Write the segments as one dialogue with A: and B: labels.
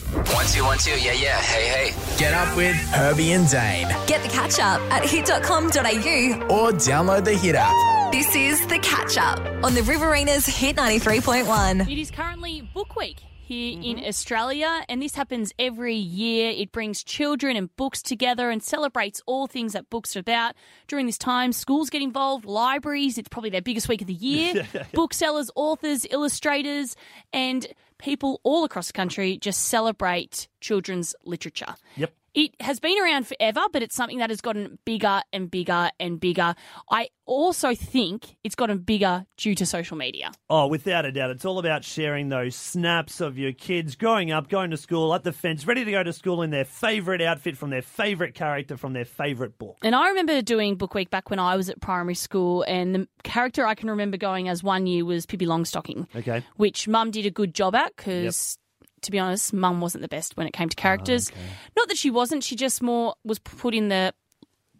A: One two one two. Yeah yeah. Hey hey.
B: Get up with Herbie and Dane
C: Get the catch up at hit.com.au.
B: or download the Hit app.
C: This is the catch up on the Riverina's Hit 93.1.
D: It is currently Book Week here in Australia, and this happens every year. It brings children and books together and celebrates all things that books are about. During this time, schools get involved, libraries, it's probably their biggest week of the year, booksellers, authors, illustrators, and people all across the country just celebrate children's literature.
E: Yep.
D: It has been around forever, but it's something that has gotten bigger and bigger and bigger. I also think it's gotten bigger due to social media.
E: Oh, without a doubt. It's all about sharing those snaps of your kids growing up, going to school, at the fence, ready to go to school in their favourite outfit from their favourite character from their favourite book.
D: And I remember doing Book Week back when I was at primary school, and the character I can remember going as one year was Pippi Longstocking,
E: Okay.
D: which Mum did a good job at because. To be honest, Mum wasn't the best when it came to characters. Not that she wasn't; she just more was put in the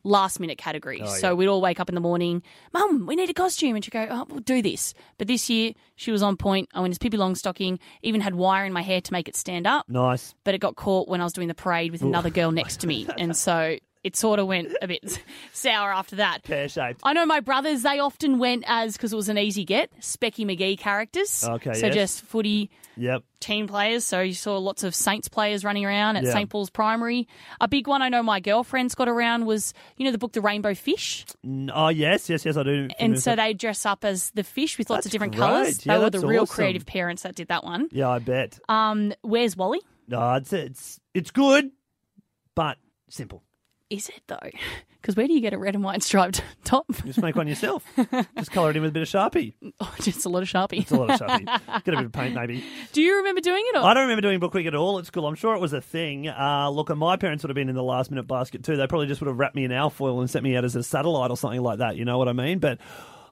D: last minute category. so we'd all wake up in the morning, Mum, we need a costume, and she'd go, "Oh, we'll do this." But this year, she was on point. I went as Pippi Longstocking, even had wire in my hair to make it stand up
E: Nice.
D: but it got caught when I was doing the parade with another girl next to me. And so it sort of went a bit sour after that.
E: Pear shaped.
D: I know my brothers, they often went as, because it was an easy get, Specky McGee characters.
E: Okay,
D: So
E: yes.
D: just footy
E: Yep.
D: team players. So you saw lots of Saints players running around at
E: Yeah.
D: St. Paul's Primary. A big one I know my girlfriends got around was, you know, the book The Rainbow Fish.
E: N- Oh, yes, yes, yes, I do.
D: And so they dress up as the fish with lots of
E: That's
D: different
E: great.
D: colours.
E: Yeah,
D: they were the
E: that's
D: real
E: awesome.
D: creative parents that did that one.
E: Yeah, I bet.
D: Um, Where's Wally?
E: No, it's, it's, it's good, but simple.
D: Is it though? Because where do you get a red and white striped top?
E: Just make one yourself. Just colour it in with a bit of Sharpie.
D: Oh, just a lot of sharpie.
E: It's a lot of Sharpie. Get a bit of paint, maybe.
D: Do you remember doing it? Or?
E: I don't remember doing book week at all at school. I'm sure it was a thing. Uh, look, my parents would have been in the last minute basket too. They probably just would have wrapped me in alfoil and sent me out as a satellite or something like that. You know what I mean? But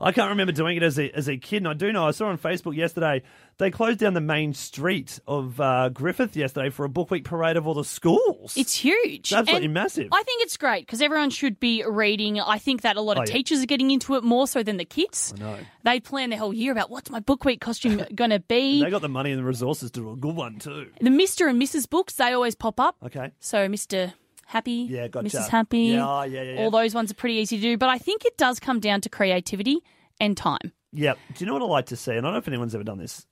E: I can't remember doing it as a, as a kid. And I do know, I saw on Facebook yesterday, they closed down the main street of uh, Griffith yesterday for a book week parade of all the schools.
D: It's huge.
E: It's absolutely
D: And
E: massive.
D: I think it's great because everyone should be reading. I think that a lot of
E: Oh, yeah.
D: teachers are getting into it more so than the kids.
E: know.
D: They plan their whole year about what's my book week costume going to be.
E: they got the money and the resources to do a good one too.
D: the Mr. and Mrs. books, they always pop up.
E: Okay.
D: So Mr. Happy,
E: Yeah, gotcha.
D: Mrs. Happy,
E: Yeah, oh, yeah, yeah, yeah.
D: all those ones are pretty easy to do. But I think it does come down to creativity and time.
E: Yeah. Do you know what I like to see? And I don't know if anyone's ever done this.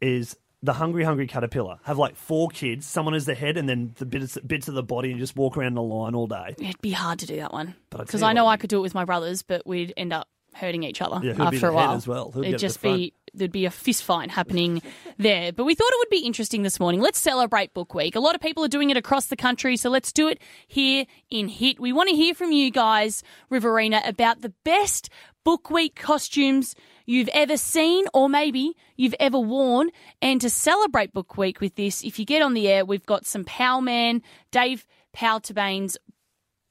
E: Is the hungry, hungry caterpillar have like four kids? Someone is the head, and then the bits, bits of the body, and just walk around the line all day.
D: It'd be hard to do that one
E: But I tell
D: because
E: you
D: I know
E: what-
D: I could do it with my brothers, but we'd end up hurting each other
E: Yeah, who'd be
D: after
E: the
D: a
E: head
D: while
E: as well? Who'd get
D: It'd
E: at the
D: just be there'd be a fist fight happening there. But we thought it would be interesting this morning. Let's celebrate Book Week. A lot of people are doing it across the country, so let's do it here in Hit. We want to hear from you guys, Riverina, about the best Book Week costumes you've ever seen or maybe you've ever worn. And to celebrate Book Week with this, if you get on the air, we've got some Powman, Dave Powterbane's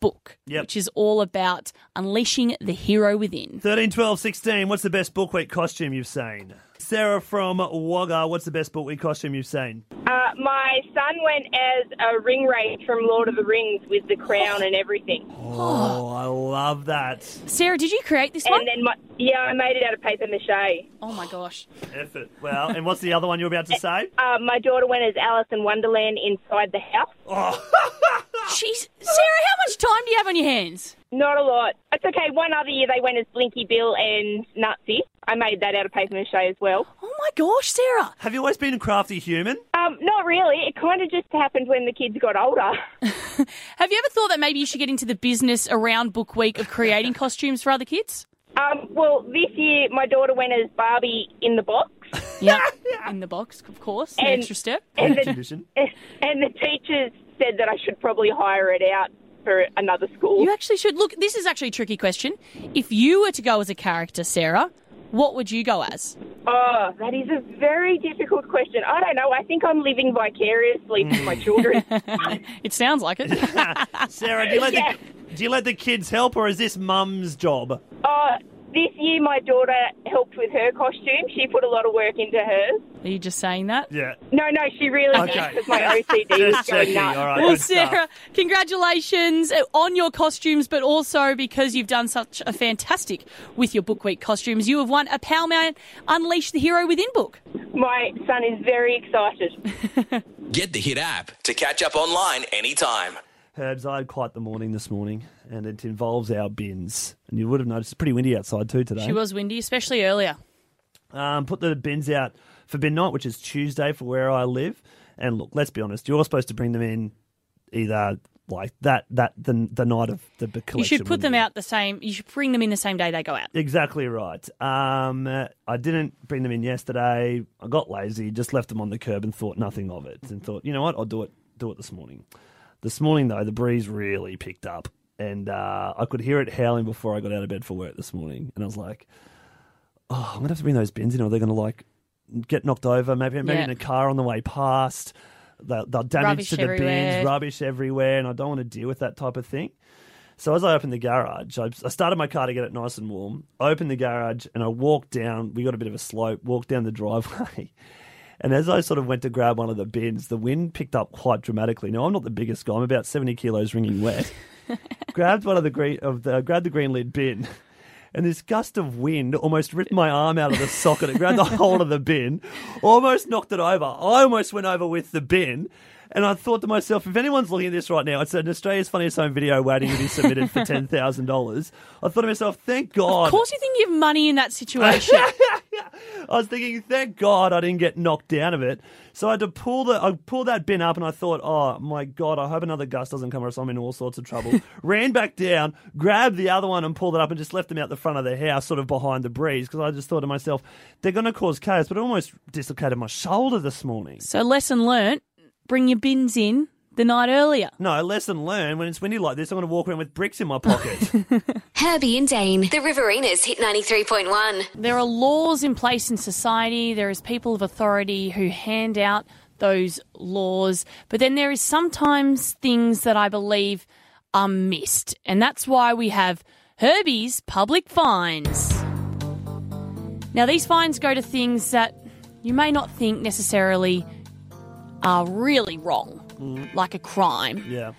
D: book,
E: Yep.
D: which is all about unleashing the hero within.
E: 13, 12, 16. What's the best book week costume you've seen? Sarah from Wagga, what's the best book week costume you've seen?
F: Uh, my son went as a ring wraith from Lord of the Rings with the crown and everything.
E: Oh, I love that.
D: Sarah, did you create this one?
F: And then, my, yeah, I made it out of paper mache.
D: oh my gosh.
E: Effort. Well, and what's the other one you're about to say?
F: Uh, my daughter went as Alice in Wonderland inside the house.
E: Oh.
D: Jeez, Sarah, how much time do you have on your hands?
F: Not a lot. It's okay. One other year they went as Blinky Bill and Nazi. I made that out of paper mache as well.
D: Oh my gosh, Sarah.
E: Have you always been a crafty human?
F: Um, not really. It kind of just happened when the kids got older.
D: Have you ever thought that maybe you should get into the business around Book Week of creating costumes for other kids?
F: Um, well, this year my daughter went as Barbie in the box.
D: Yeah. In the box, of course. An
F: And-
D: extra step.
F: And the,
E: Tradition.
F: and the teachers said that I should probably hire it out for another school.
D: You actually should. Look, this is actually a tricky question. If you were to go as a character, Sarah, what would you go as?
F: Oh, that is a very difficult question. I don't know. I think I'm living vicariously through my children. Uh,
D: It sounds like it.
E: Sarah, do you let the do you let the kids help or is this mum's job?
F: uh, this year, my daughter helped with her costume. She put a lot of work into hers.
D: Are you just saying that?
E: Yeah.
F: No, no, she really did
E: Okay.
F: because my OCD was
E: Just
F: going
E: checking.
F: nuts.
E: All right.
D: Well,
E: good stuff.
D: Sarah, congratulations uh, on your costumes, but also because you've done such a fantastic with your book week costumes. You have won a Power Man Unleash the Hero Within book.
F: My son is very excited.
G: Get the Hit app to catch up online anytime.
E: Herbs, I had quite the morning this morning, and it involves our bins. And you would have noticed it's pretty windy outside too today.
D: She was windy, especially earlier.
E: um, put the bins out for bin night, which is Tuesday for where I live. And look, let's be honest, you're supposed to bring them in either like that that the, the night of the b- collection.
D: You should put them
E: window.
D: out the same. You should bring them in the same day they go out.
E: Exactly right. Um, uh, I didn't bring them in yesterday. I got lazy, just left them on the curb and thought nothing of it, and thought, you know what, I'll do it. Do it this morning. This morning though, the breeze really picked up, and uh, I could hear it howling before I got out of bed for work this morning. And I was like, oh, I'm gonna have to bring those bins in, or they're gonna like get knocked over. Maybe maybe
D: Yeah.
E: in a car on the way past. They'll, they'll damage
D: Rubbish
E: to the
D: everywhere.
E: bins, rubbish everywhere, and I don't want to deal with that type of thing. So as I opened the garage, I, I started my car to get it nice and warm. I opened the garage and I walked down. We got a bit of a slope. Walked down the driveway, and as I sort of went to grab one of the bins, the wind picked up quite dramatically. Now I'm not the biggest guy. I'm about seventy kilos, ringing wet. grabbed one of the green of the grabbed the green lid bin. And this gust of wind almost ripped my arm out of the socket. It grabbed the whole of the bin, almost knocked it over. I almost went over with the bin. And I thought to myself, if anyone's looking at this right now, it's an Australia's Funniest Home video waiting to be submitted for $10,000. I thought to myself, thank God.
D: Of course, you think you have money in that situation.
E: I was thinking, thank God I didn't get knocked down of it. So I had to pull the I pulled that bin up and I thought, oh my God, I hope another gust doesn't come or else I'm in all sorts of trouble. Ran back down, grabbed the other one and pulled it up and just left them out the front of the house, sort of behind the breeze, because I just thought to myself, they're gonna cause chaos, but it almost dislocated my shoulder this morning.
D: so lesson learnt: bring your bins in the night earlier.
E: No, lesson learned, when it's windy like this, I'm gonna walk around with bricks in my pocket.
H: Herbie and Dane. The Riverinas hit 93.1.
D: There are laws in place in society. There is people of authority who hand out those laws, but then there is sometimes things that I believe are missed, and that's why we have Herbie's public fines. Now, these fines go to things that you may not think necessarily are really wrong, like a crime
E: yeah.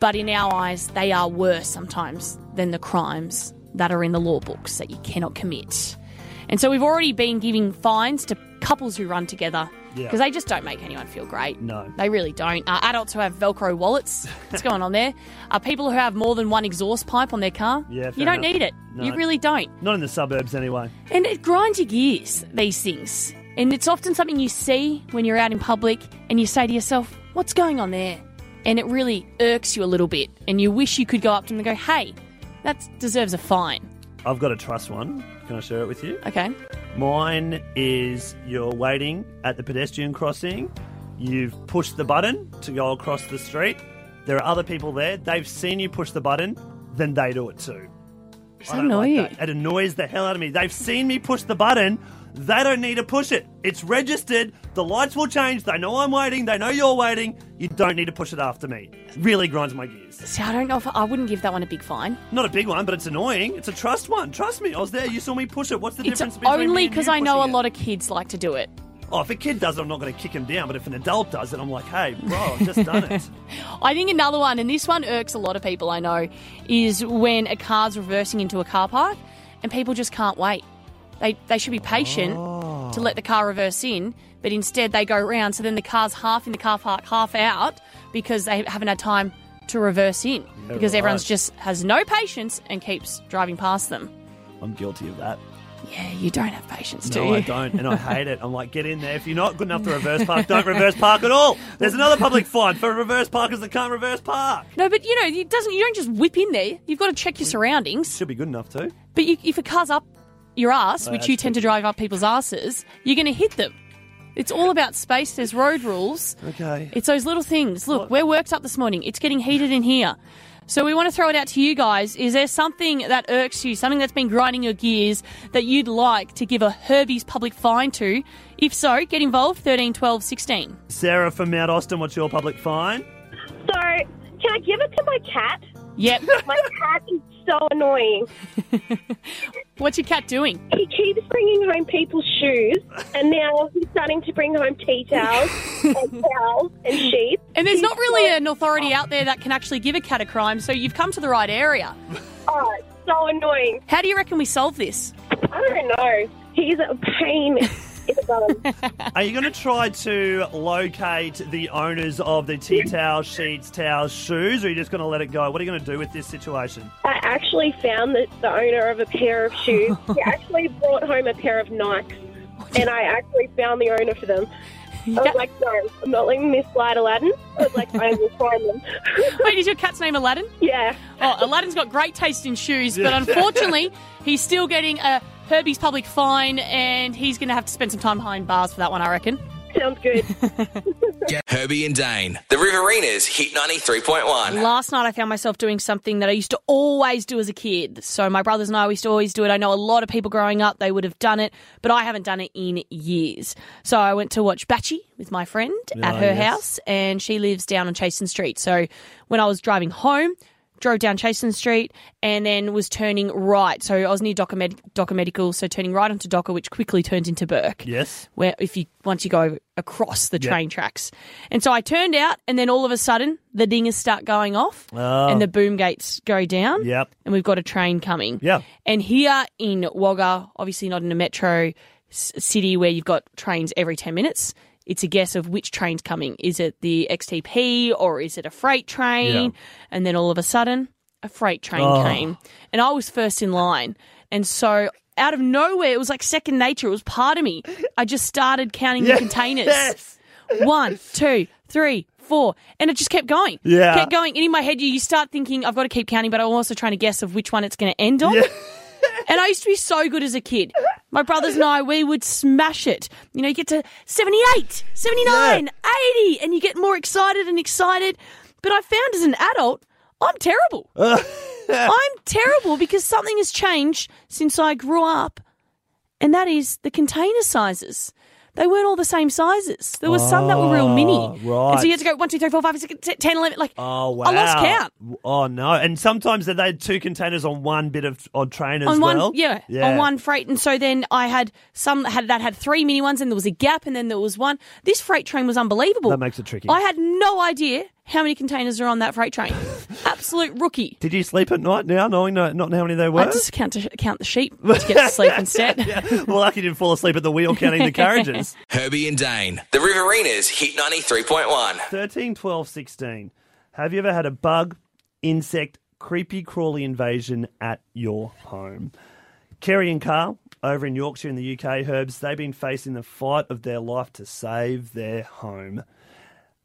D: but in our eyes, they are worse sometimes than the crimes that are in the law books that you cannot commit. And so we've already been giving fines to couples who run together
E: Yeah.
D: because they just don't make anyone feel great.
E: No.
D: They really don't. Uh, adults who have Velcro wallets, what's going on there? Uh, people who have more than one exhaust pipe on their car,
E: Yeah,
D: you
E: fair
D: don't
E: enough.
D: need it. You
E: No.
D: really don't.
E: Not in the suburbs anyway.
D: And it grinds your gears, these things. And it's often something you see when you're out in public and you say to yourself, what's going on there? And it really irks you a little bit. And you wish you could go up to them and go, hey, that deserves a fine.
E: I've got a trust one. Can I share it with you?
D: Okay.
E: Mine is you're waiting at the pedestrian crossing. You've pushed the button to go across the street. There are other people there. They've seen you push the button, then they do it too.
D: Does that
E: I don't
D: annoy
E: like
D: you?
E: that. It annoys the hell out of me. They've seen me push the button. They don't need to push it. It's registered. The lights will change. They know I'm waiting. They know you're waiting. You don't need to push it after me. Really grinds my gears.
D: See, I don't know if I wouldn't give that one a big fine.
E: Not a big one, but it's annoying. It's a trust one. Trust me. I was there. You saw me push it. What's the difference
D: it's
E: between
D: only
E: because
D: because I know a lot of kids like to do it.
E: Oh, if a kid does it, I'm not going to kick him down. But if an adult does it, I'm like, hey, bro, I've just done it.
D: I think another one, and this one irks a lot of people I know, is when a car's reversing into a car park and people just can't wait. They, they should be patient
E: Oh.
D: to let the car reverse in, but instead they go round. So then the car's half in the car park, half out because they haven't had time to reverse in because
E: right.
D: everyone's just has no patience and keeps driving past them.
E: I'm guilty of that.
D: Yeah, you don't have patience, do
E: No,
D: you?
E: I don't, and I hate it. I'm like, get in there. If you're not good enough to reverse park, don't reverse park at all. There's another public fine for reverse parkers that can't reverse park.
D: No, but you know, it doesn't. You don't just whip in there. You've got to check your surroundings.
E: Should be good enough too.
D: But you, if a car's up your ass, which
E: that's
D: you tend to drive up people's asses, you're going to hit them. It's all about space. There's road rules.
E: Okay.
D: It's those little things. Look, we're worked up this morning. It's getting heated in here. So we want to throw it out to you guys. Is there something that irks you, something that's been grinding your gears that you'd like to give a Herbie's public fine to? If so, get involved 13, 12, 16.
E: Sarah from Mount Austin, what's your public fine?
F: So, can I give it to my cat?
D: Yep.
F: My cat is so annoying.
D: What's your cat doing?
F: He keeps bringing home people's shoes, and now he's starting to bring home tea towels and towels and sheep.
D: And there's not really an authority out there that can actually give a cat a crime, so you've come to the right area.
F: Oh, it's so annoying.
D: How do you reckon we solve this?
F: I don't know. He's a pain It's a bum.
E: Are you going to try to locate the owners of the tea towel, sheets, towels, shoes, or are you just going to let it go? What are you going to do with this situation?
F: I actually found that the owner of a pair of shoes. He actually brought home a pair of Nikes, and I actually found the owner for them. I was like, no, I'm not letting this slide, Aladdin. I was like, I will find them.
D: Wait, is your cat's name Aladdin?
F: yeah.
D: Oh, Aladdin's got great taste in shoes, but unfortunately, he's still getting a Herbie's public fine, and he's going to have to spend some time behind bars for that one, I reckon.
F: Sounds good.
G: Herbie and Dane. The Riverina's Hit 93.1.
D: Last night, I found myself doing something that I used to always do as a kid. So my brothers and I we used to always do it. I know a lot of people growing up they would have done it, but I haven't done it in years. So I went to watch Batchy with my friend at
E: Ah,
D: her
E: yes.
D: house, and she lives down on Chasen Street. So when I was driving home. Drove down Chasen Street and then was turning right. So I was near Docker, Med- Docker Medical, so turning right onto Docker, which quickly turns into Burke
E: Yes.
D: where if you once you go across the train tracks. And so I turned out and then all of a sudden the dingers start going off and the boom gates go down.
E: Oh. Yep.
D: And we've got a train coming.
E: Yeah.
D: And here in Wagga, obviously not in a metro s- city where you've got trains every 10 minutes, it's a guess of which train's coming. Is it the XTP or is it a freight train?
E: Yeah. Oh.
D: And then all of a sudden, a freight train came. And I was first in line. And so out of nowhere, it was like second nature. It was part of me. I just started counting the containers.
E: Yes.
D: One, two, three, four. And it just kept going.
E: Yeah.
D: Kept going. And in my head, you, you start thinking, I've got to keep counting, but I'm also trying to guess of which one it's going to end on. And I used to be so good as a kid. My brothers and I, we would smash it. You know, you get to 78, 79, 80, and you get more excited and excited. But I found as an adult, I'm terrible. I'm terrible because something has changed since I grew up, and that is the container sizes. They weren't all the same sizes. There were some that were real mini.
E: Ah, right.
D: And so you had to go 1, 2, 3, 4, 5, 6, 10, 11. Like,
E: Oh, wow.
D: I lost count.
E: Oh, no. And sometimes they had two containers on one bit of on train as
D: on one
E: well.
D: yeah, on one freight and so then i had some that had that had three mini ones and there was a gap and then there was one this freight train was unbelievable
E: That makes it tricky.
D: i had no idea how many containers are on that freight train absolute rookie
E: Did you sleep at night now, knowing no, not how many there were?
D: i just count to count the sheep to get to sleep instead
E: well, lucky you didn't fall asleep at the wheel counting the carriages.
G: Herbie and Dane. The Riverina's Hit 93.1.
E: 13, 12, 16. Have you ever had a bug, insect, creepy crawly invasion at your home? Kerry and Carl over in Yorkshire in the UK, Herbs, they've been facing the fight of their life to save their home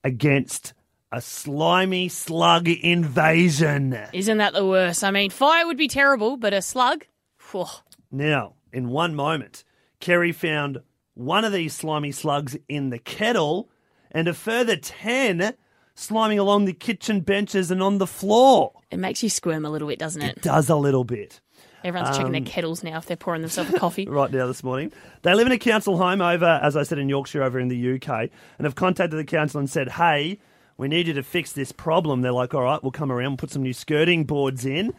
E: against a slimy slug invasion.
D: isn't that the worst i mean fire would be terrible but a slug Phew.
E: Now, in one moment, Kerry found one of these slimy slugs in the kettle and a further 10 sliming along the kitchen benches and on the floor.
D: it makes you squirm a little bit doesn't it
E: does a little bit
D: everyone's checking
E: Um,
D: their kettles now if they're pouring themselves a coffee
E: right now this morning. They live in a council home over, as I said, in Yorkshire, over in the UK, and have contacted the council and said, hey, we need you to fix this problem. They're like, all right, we'll come around, put some new skirting boards in.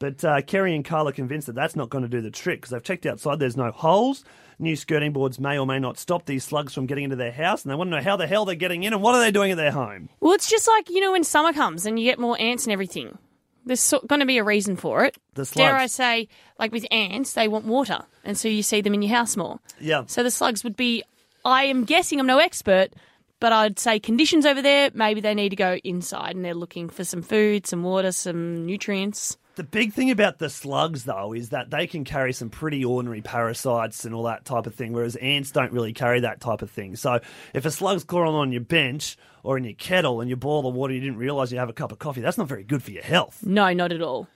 E: But uh, Kerry and Carl are convinced that that's not going to do the trick because they've checked outside, there's no holes. New skirting boards may or may not stop these slugs from getting into their house, and they want to know how the hell they're getting in and what are they doing at their home.
D: Well, it's just like, you know, when summer comes and you get more ants and everything, there's so- going to be a reason for it.
E: The
D: Dare I
E: slugs.
D: say, like with ants, they want water. And so you see them in your house more.
E: Yeah.
D: So the slugs would be, I am guessing, I'm no expert, but I'd say conditions over there, maybe they need to go inside and they're looking for some food, some water, some nutrients.
E: The big thing about the slugs, though, is that they can carry some pretty ordinary parasites and all that type of thing, whereas ants don't really carry that type of thing. So if a slug's crawling on your bench or in your kettle and you boil the water, you didn't realise you have a cup of coffee, that's not very good for your health.
D: No, not at all.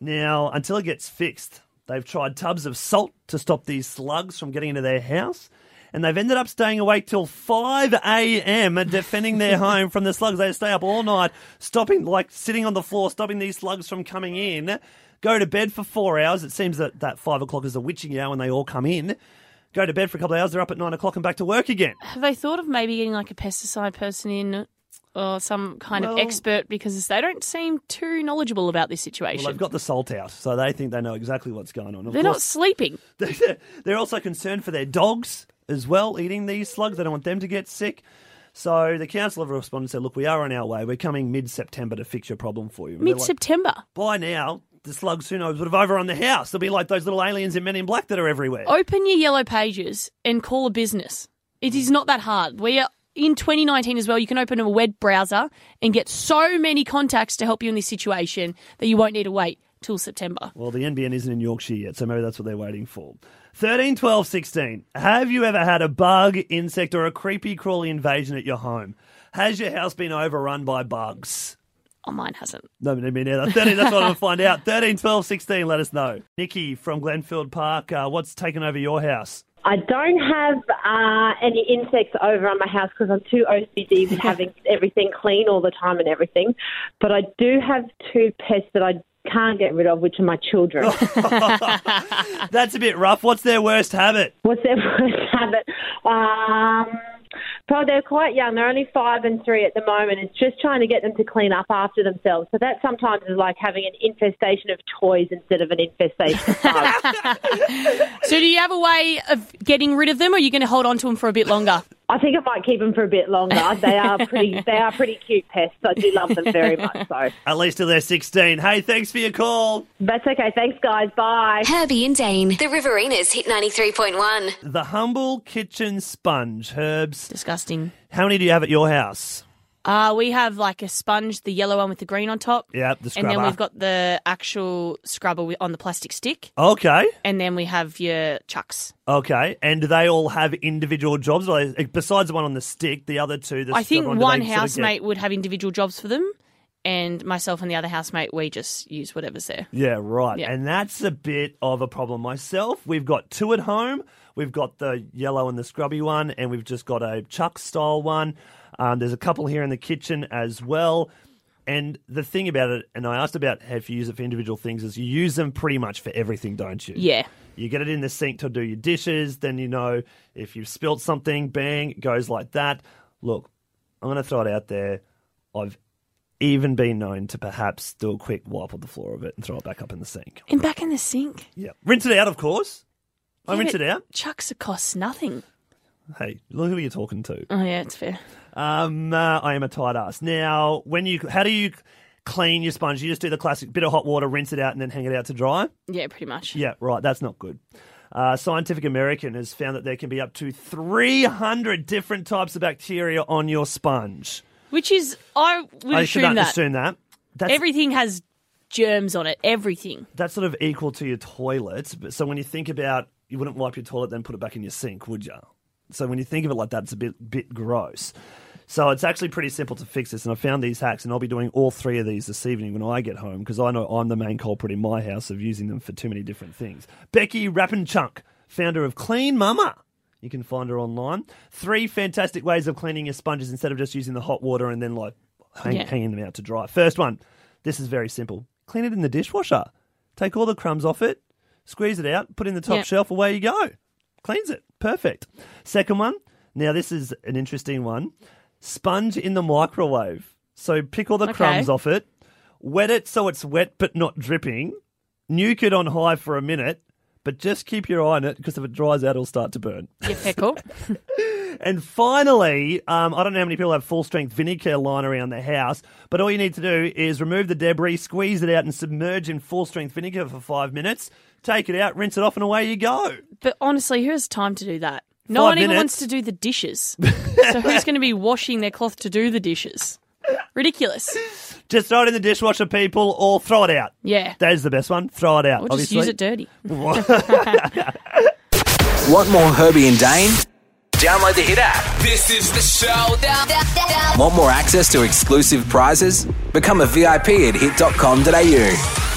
E: Now, until it gets fixed, they've tried tubs of salt to stop these slugs from getting into their house. And they've ended up staying awake till 5 a.m. defending their home from the slugs. They stay up all night, stopping, like sitting on the floor, stopping these slugs from coming in. Go to bed for four hours. It seems that that five o'clock is the witching hour when they all come in. Go to bed for a couple of hours. They're up at nine o'clock and back to work again.
D: Have they thought of maybe getting like a pesticide person in? Or some kind of
E: Well-
D: expert because they don't seem too knowledgeable about this situation.
E: Well, they've got the salt out, so they think they know exactly what's going on. Of
D: They're not
E: course,
D: sleeping.
E: They're they're also concerned for their dogs as well, eating these slugs. They don't want them to get sick. So the council have responded and said, look, we are on our way. We're coming mid September to fix your problem for you. And they're
D: Mid
E: like,
D: September.
E: By now, the slugs, who knows, would have overrun the house. They'll be like those little aliens in Men in Black that are everywhere.
D: Open your yellow pages and call a business. It is not that hard. We are in 2019 as well. You can open a web browser and get so many contacts to help you in this situation that you won't need to wait till September.
E: Well, the NBN isn't in Yorkshire yet, so maybe that's what they're waiting for. 13, 12, 16. Have you ever had a bug, insect, or a creepy crawly invasion at your home? Has your house been overrun by bugs?
D: Oh, mine hasn't.
E: No, me me neither. 13, that's what I'm going to find out. 13, 12, 16, let us know. Nikki from Glenfield Park, uh, what's taken over your house?
I: I don't have uh, any insects over on my house because I'm too OCD with having everything clean all the time and everything. But I do have two pests that I can't get rid of, which are my children.
E: That's a bit rough. What's their worst habit?
I: What's their worst habit? Um, probably they're quite young. They're only five and three at the moment. It's just trying to get them to clean up after themselves. So that sometimes is like having an infestation of toys instead of an infestation of bugs.
D: So, do you have a way of getting rid of them, or are you going to hold on to them for a bit longer?
I: I think I might keep them for a bit longer. They are pretty. they are pretty cute pests. I do love them very much. So
E: At least till they're 16. Hey, thanks for your call.
I: that's okay. Thanks, guys. Bye.
H: Herbie and Dane. The Riverinas hit 93.1.
E: The humble kitchen sponge, Herbs.
D: Disgusting.
E: How many do you have at your house?
D: Uh, we have like a sponge, the yellow one with the green on top.
E: Yeah, the
D: And then
E: scrubber.
D: we've got the actual scrubber wi- on the plastic stick.
E: Okay.
D: And then we have your chucks.
E: Okay, and do they all have individual jobs? Or they- Besides the one on the stick, the other two. The
D: I think
E: scrubber
D: one
E: do they sort of get-
D: housemate would have individual jobs for them, and myself and the other housemate, we just use whatever's there.
E: yeah, right.
D: Yeah.
E: And that's a bit of a problem myself. We've got two at home. We've got the yellow and the scrubby one, and we've just got a Chuck style one. Um, there's a couple here in the kitchen as well. And the thing about it, and I asked about how if you use it for individual things, is you use them pretty much for everything, don't you?
D: Yeah.
E: You get it in the sink to do your dishes. Then you know if you've spilt something, bang, it goes like that. Look, I'm going to throw it out there. I've even been known to perhaps do a quick wipe on the floor of it and throw it back up in the sink.
D: And back in the sink.
E: Yeah. Rinse it out, of course. I
D: Yeah,
E: rinse
D: but
E: it out.
D: Chucks it costs nothing.
E: Hey, look who you're talking to.
D: Oh yeah, it's fair.
E: Um, uh, I am a tight ass. Now, when you, how do you clean your sponge? You just do the classic bit of hot water, rinse it out, and then hang it out to dry.
D: Yeah, pretty much.
E: Yeah, right. That's not good. Uh, Scientific American has found that there can be up to 300 different types of bacteria on your sponge.
D: Which is I would
E: I should
D: assume
E: not
D: that
E: assume that. That's,
D: everything has germs on it. Everything.
E: that's sort of equal to your toilet. But so when you think about, you wouldn't wipe your toilet then put it back in your sink, would you? So when you think of it like that, it's a bit bit gross. So it's actually pretty simple to fix this, and I found these hacks, and I'll be doing all three of these this evening when I get home because I know I'm the main culprit in my house of using them for too many different things. Becky Rappenchunk, founder of Clean Mama. You can find her online. Three fantastic ways of cleaning your sponges instead of just using the hot water and then like hang,
D: Yeah.
E: hanging them out to dry. First one, this is very simple. Clean it in the dishwasher. Take all the crumbs off it, squeeze it out, put it in the top
D: Yeah.
E: shelf, away you go. Cleans it. Perfect. Second one, now this is an interesting one. Sponge in the microwave. So pick all the
D: Okay.
E: crumbs off it, wet it so it's wet but not dripping, nuke it on high for a minute, but just keep your eye on it because if it dries out, it'll start to burn.
D: Yeah, pickle.
E: And finally, um, I don't know how many people have full strength vinegar lying around their house, but all you need to do is remove the debris, squeeze it out, and submerge in full strength vinegar for five minutes. Take it out, rinse it off, and away you go.
D: but honestly, who has time to do that? No
E: Five
D: one even
E: minutes.
D: wants to do the dishes. so who's going to be washing their cloth to do the dishes? Ridiculous.
E: Just throw it in the dishwasher, people, or throw it out.
D: Yeah.
E: That is the best one. Throw it out.
D: Or just
E: obviously.
D: use it dirty.
A: Want more Herbie and Dane? Download the Hit app.
G: This is the show.
A: Want more access to exclusive prizes? Become a VIP at hit.com.au.